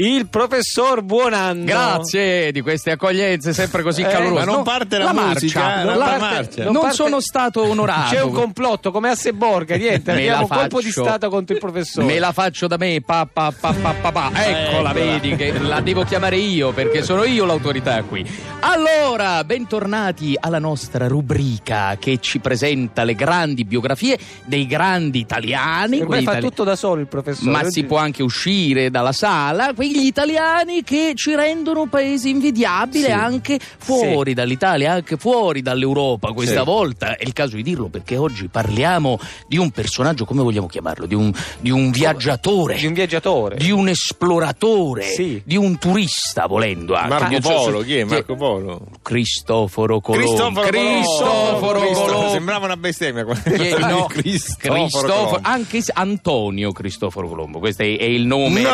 il professor Buonanno. Grazie di queste accoglienze sempre così Eh, calorose. ma non No, parte la musica, non la parte- marcia. Cioè, non eh, Non parte- sono stato onorato. C'è un complotto come a Seborga, niente, Me la abbiamo un colpo di faccio. Stato contro il professore. Eh, Me la faccio da me, pa, pa, pa, pa, pa, pa. Eccola, Eccola. vedi che la devo chiamare io perché sono io l'autorità qui. Allora, bentornati alla nostra rubrica che ci presenta le grandi biografie dei grandi italiani. Ormai quegli fa itali- tutto da solo il professore. ma si può anche uscire dalla sala, quegli italiani che ci rendono un paese invidiabile Sì. anche fuori dall'Italia, anche fuori dall'Europa questa Sì. volta. È il caso di dirlo perché oggi parliamo di un personaggio, come vogliamo chiamarlo, di un, di un viaggiatore. Di un viaggiatore. Di un esploratore, Sì. di un turista volendo anche. Marco Ah, cioè, Polo, su- chi è sì, Marco Polo? Cristoforo Colombo. Cristoforo Cristoforo Colombo. Sembrava una bestemmia. quando- Chi è- no, Ah, Cristoforo Cristoforo- Colombo. anche se- Antonio Cristoforo Colombo, questo è, è il nome. No!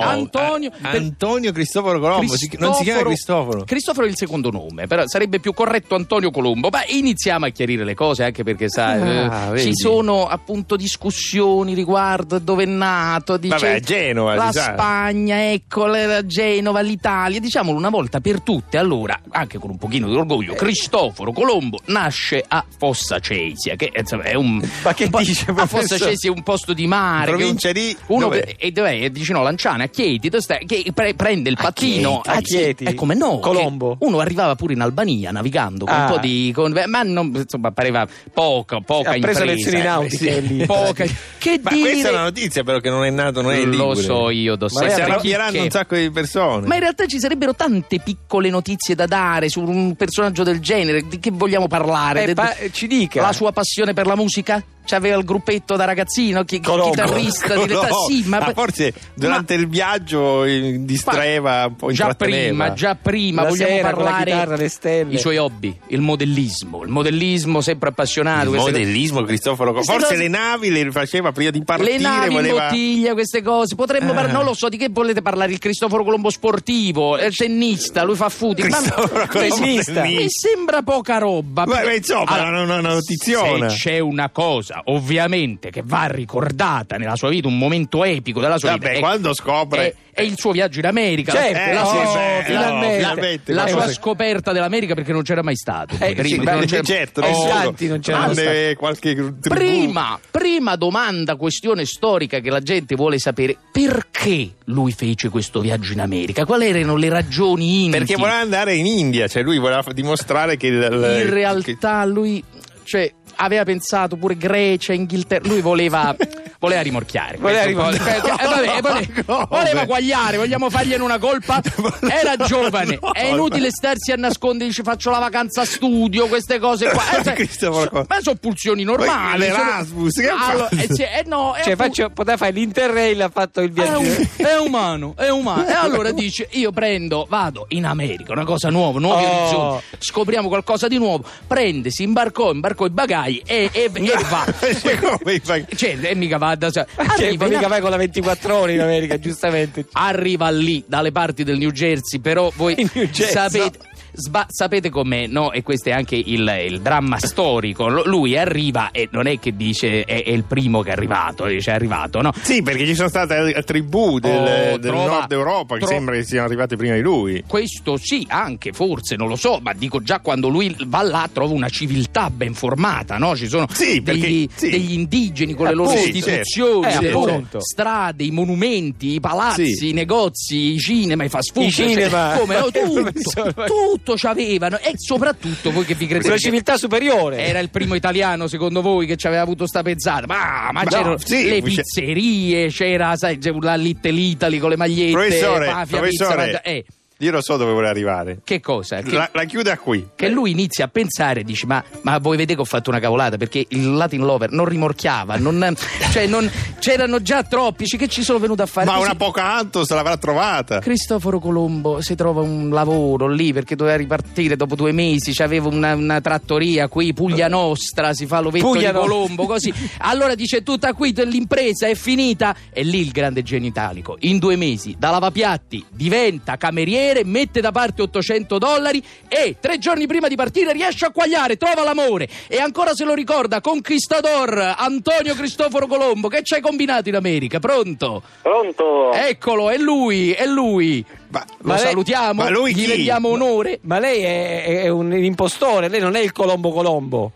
Eh, Antonio, A- Antonio Cristoforo Colombo, si- non si chiama Cristoforo. Cristoforo è il secondo nome, però sarebbe più corretto Antonio Colombo. Ma iniziamo a chiarire le cose anche perché sai, Ah, eh, vedi. ci sono appunto discussioni riguardo dove è nato, dice Vabbè, a Genova, la si sa. Spagna, ecco, la la Genova, l'Italia, diciamolo una volta per tutte. Allora, anche con un pochino di Eh. orgoglio, Cristoforo Colombo nasce a Fossa Cesia, che eh, insomma, è un Ma che un po- dice, a professore? Fossa Cesia è un posto di mare, che- Provincia di- uno dov'è? per- e dov'è? È vicino a Lanciana, a Chieti, dove sta- che pre- prende il A pattino Chieti, a Chieti. E Eh, come no? che Colombo. Uno arrivava pure in Albania navigando con Ah. un po' di con- ma non, insomma, pareva poco, poca Ha preso impresa. lezioni nautiche Eh, lì. Poca. Che Ma dire? questa è una notizia, però, che non è nato, non è in Lo Ligure. so io, do Ma sempre stiamo chi- tirando che- un sacco di persone. Ma in realtà ci sarebbero tante piccole notizie da dare su un personaggio del genere. Di che vogliamo parlare? Eh, De- pa- ci dica. La sua passione per la musica? C'aveva il gruppetto da ragazzino, chi- Colombo. chitarrista, Colombo. Ah, direttore- Sì, ma, forse durante il viaggio eh, distraeva un po' già intratteneva. prima, già prima, La vogliamo sera con la parlare chitarra, le stelle. i suoi hobby, il modellismo, il modellismo sempre appassionato. Il queste cose. modellismo Cristoforo Colombo. Queste Forse cose- le navi le faceva prima di partire. le navi voleva... Eh. in bottiglia, queste cose. Potremmo par- non lo so di che volete parlare. Il Cristoforo Colombo sportivo, è il tennista, lui fa footing. Ma- Cristoforo Colombo Tennista. del Mi sembra poca roba. Beh, però- beh, insomma, non è una notiziona. Se c'è una cosa, ovviamente, che va ricordata nella sua vita, un momento epico della sua Vabbè, vita. è- quando è, scopre. è il suo viaggio in America. Certo, la, eh, sua- sì, la- beh, la- finalmente. la- finalmente, la quelle sua cose. scoperta dell'America perché non c'era mai stato. Eh, Prima, sì, non Beh, c'era- certo, Eh, Oh, nessuno. Santi non c'era Tranne mai qualche tribù. Prima, prima domanda, questione storica che la gente vuole sapere: perché lui fece questo viaggio in America? Quali erano le ragioni intime? Perché voleva andare in India, cioè lui voleva fa- dimostrare che in realtà lui cioè, aveva pensato pure Grecia, Inghilterra, lui voleva, voleva rimorchiare. Voleva Questo rimorchiare. poi- eh, vabbè, eh, vabbè, No, voleva vabbè. guagliare, vogliamo fargliene una colpa? Era giovane, No, è inutile vabbè. starsi a nascondere, dice faccio la vacanza a studio, queste cose qua. Eh, sai, Cristoforo so- Colombo. ma sono pulsioni normali. Poi sono- l'Erasmus, che ha Allora, fatto? eh, sì, eh, no, eh, Cioè, appunto- faccio, poteva fare l'Interrail, ha fatto il è, viaggio. Cioè, un- è umano, è umano. E allora dice: Io prendo, vado in America, una cosa nuova, nuovi Oh. orizzonti, scopriamo qualcosa di nuovo. Prende, si imbarcò, imbarcò i bagagli e, e- e va. Cioè, come fa- Cioè, e mica va da. sé. Cioè, Arriva, in- mica vai con la 24 ore in America, giustamente. arriva lì, dalle parti del New Jersey, però voi In New Jersey. sapete. sba- sapete com'è, no? E questo è anche il, il dramma storico. Lo- Lui arriva e non è che dice è, è il primo che è arrivato, dice è arrivato, no? Sì, perché ci sono state eh, tribù del, Oh, del trova- nord Europa che tro- sembra che siano arrivate prima di lui. Questo sì, anche forse, non lo so, ma dico già quando lui va là trova una civiltà ben formata, no? Ci sono Sì, perché- degli, sì. degli indigeni con le loro Appunto, istituzioni, certo. Eh, le loro appunto. strade, i monumenti, i palazzi, Sì. i negozi, i cinema, i fast food, I cioè, cinema. come no? tutto, Professore, ma- tutto c'avevano e soprattutto voi che vi credete Sulla che civiltà superiore. era il primo italiano secondo voi che ci aveva avuto sta pensata ma, ma Ma c'erano no, sì, le c'è- pizzerie c'era sai, c'è la Little Italy con le magliette professore, mafia, pizza, professore mangia- eh, io lo so dove vuole arrivare. che cosa? Che, La, la chiuda qui. che lui inizia a pensare e dice: ma, ma voi vedete che ho fatto una cavolata? Perché il Latin Lover non rimorchiava, non- cioè non- c'erano già troppi. dice, che ci sono venuto a fare? Ma Così una poca Antos l'avrà trovata. Cristoforo Colombo si trova un lavoro lì perché doveva ripartire dopo due mesi. C'aveva una, una trattoria qui, Eh. Puglia Nostra, si fa l'ovetto Puglia di Nostra. Colombo. Così. Allora dice: Tutta qui te- l'impresa è finita. E lì il grande genio italico, in due mesi, da lavapiatti diventa cameriere mestiere, mette da parte 800 dollari e tre giorni prima di partire riesce a quagliare, trova l'amore e ancora se lo ricorda Conquistador Antonio Cristoforo Colombo che ci hai combinato in America, pronto? Pronto? Eccolo, è lui, è lui. Ma- Lo ma lei- salutiamo, ma lui gli chi? rendiamo onore. Ma lei è, è un impostore, lei non è il Colombo Colombo.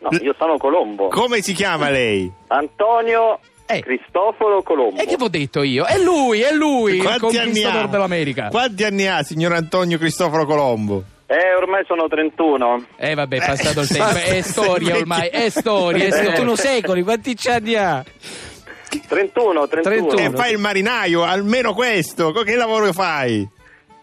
No, io sono Colombo. Come si chiama lei? Antonio Eh. Cristoforo Colombo. E che vi ho detto io? È lui, è lui, il conquistador dell'America. Quanti anni ha, signor Antonio Cristoforo Colombo? Eh, ormai sono 31. Eh vabbè, è passato il Eh, tempo, basta, è storia sì, ormai, perché- è storia, è È storia. 31 secoli, quanti anni ha? 31, 31. 31. Eh, fai il marinaio, almeno questo. co- Che lavoro fai?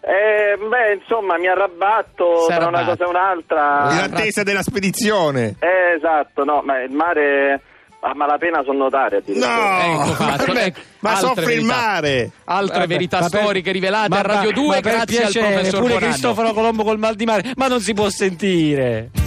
Eh, beh, insomma, mi arrabbatto S'arrabbatta. tra una cosa e In un'altra. attesa della spedizione. Eh, esatto, no, ma il mare a malapena so notare. addirittura. No, Ecco fatto, vabbè, ecco, ma altre soffre il verità. mare. Altre Vabbè, verità ma per- storiche rivelate ma- a Radio ma- 2 ma per grazie al piacere, professor pure Buonanno. Cristoforo Colombo col mal di mare, ma non si può sentire.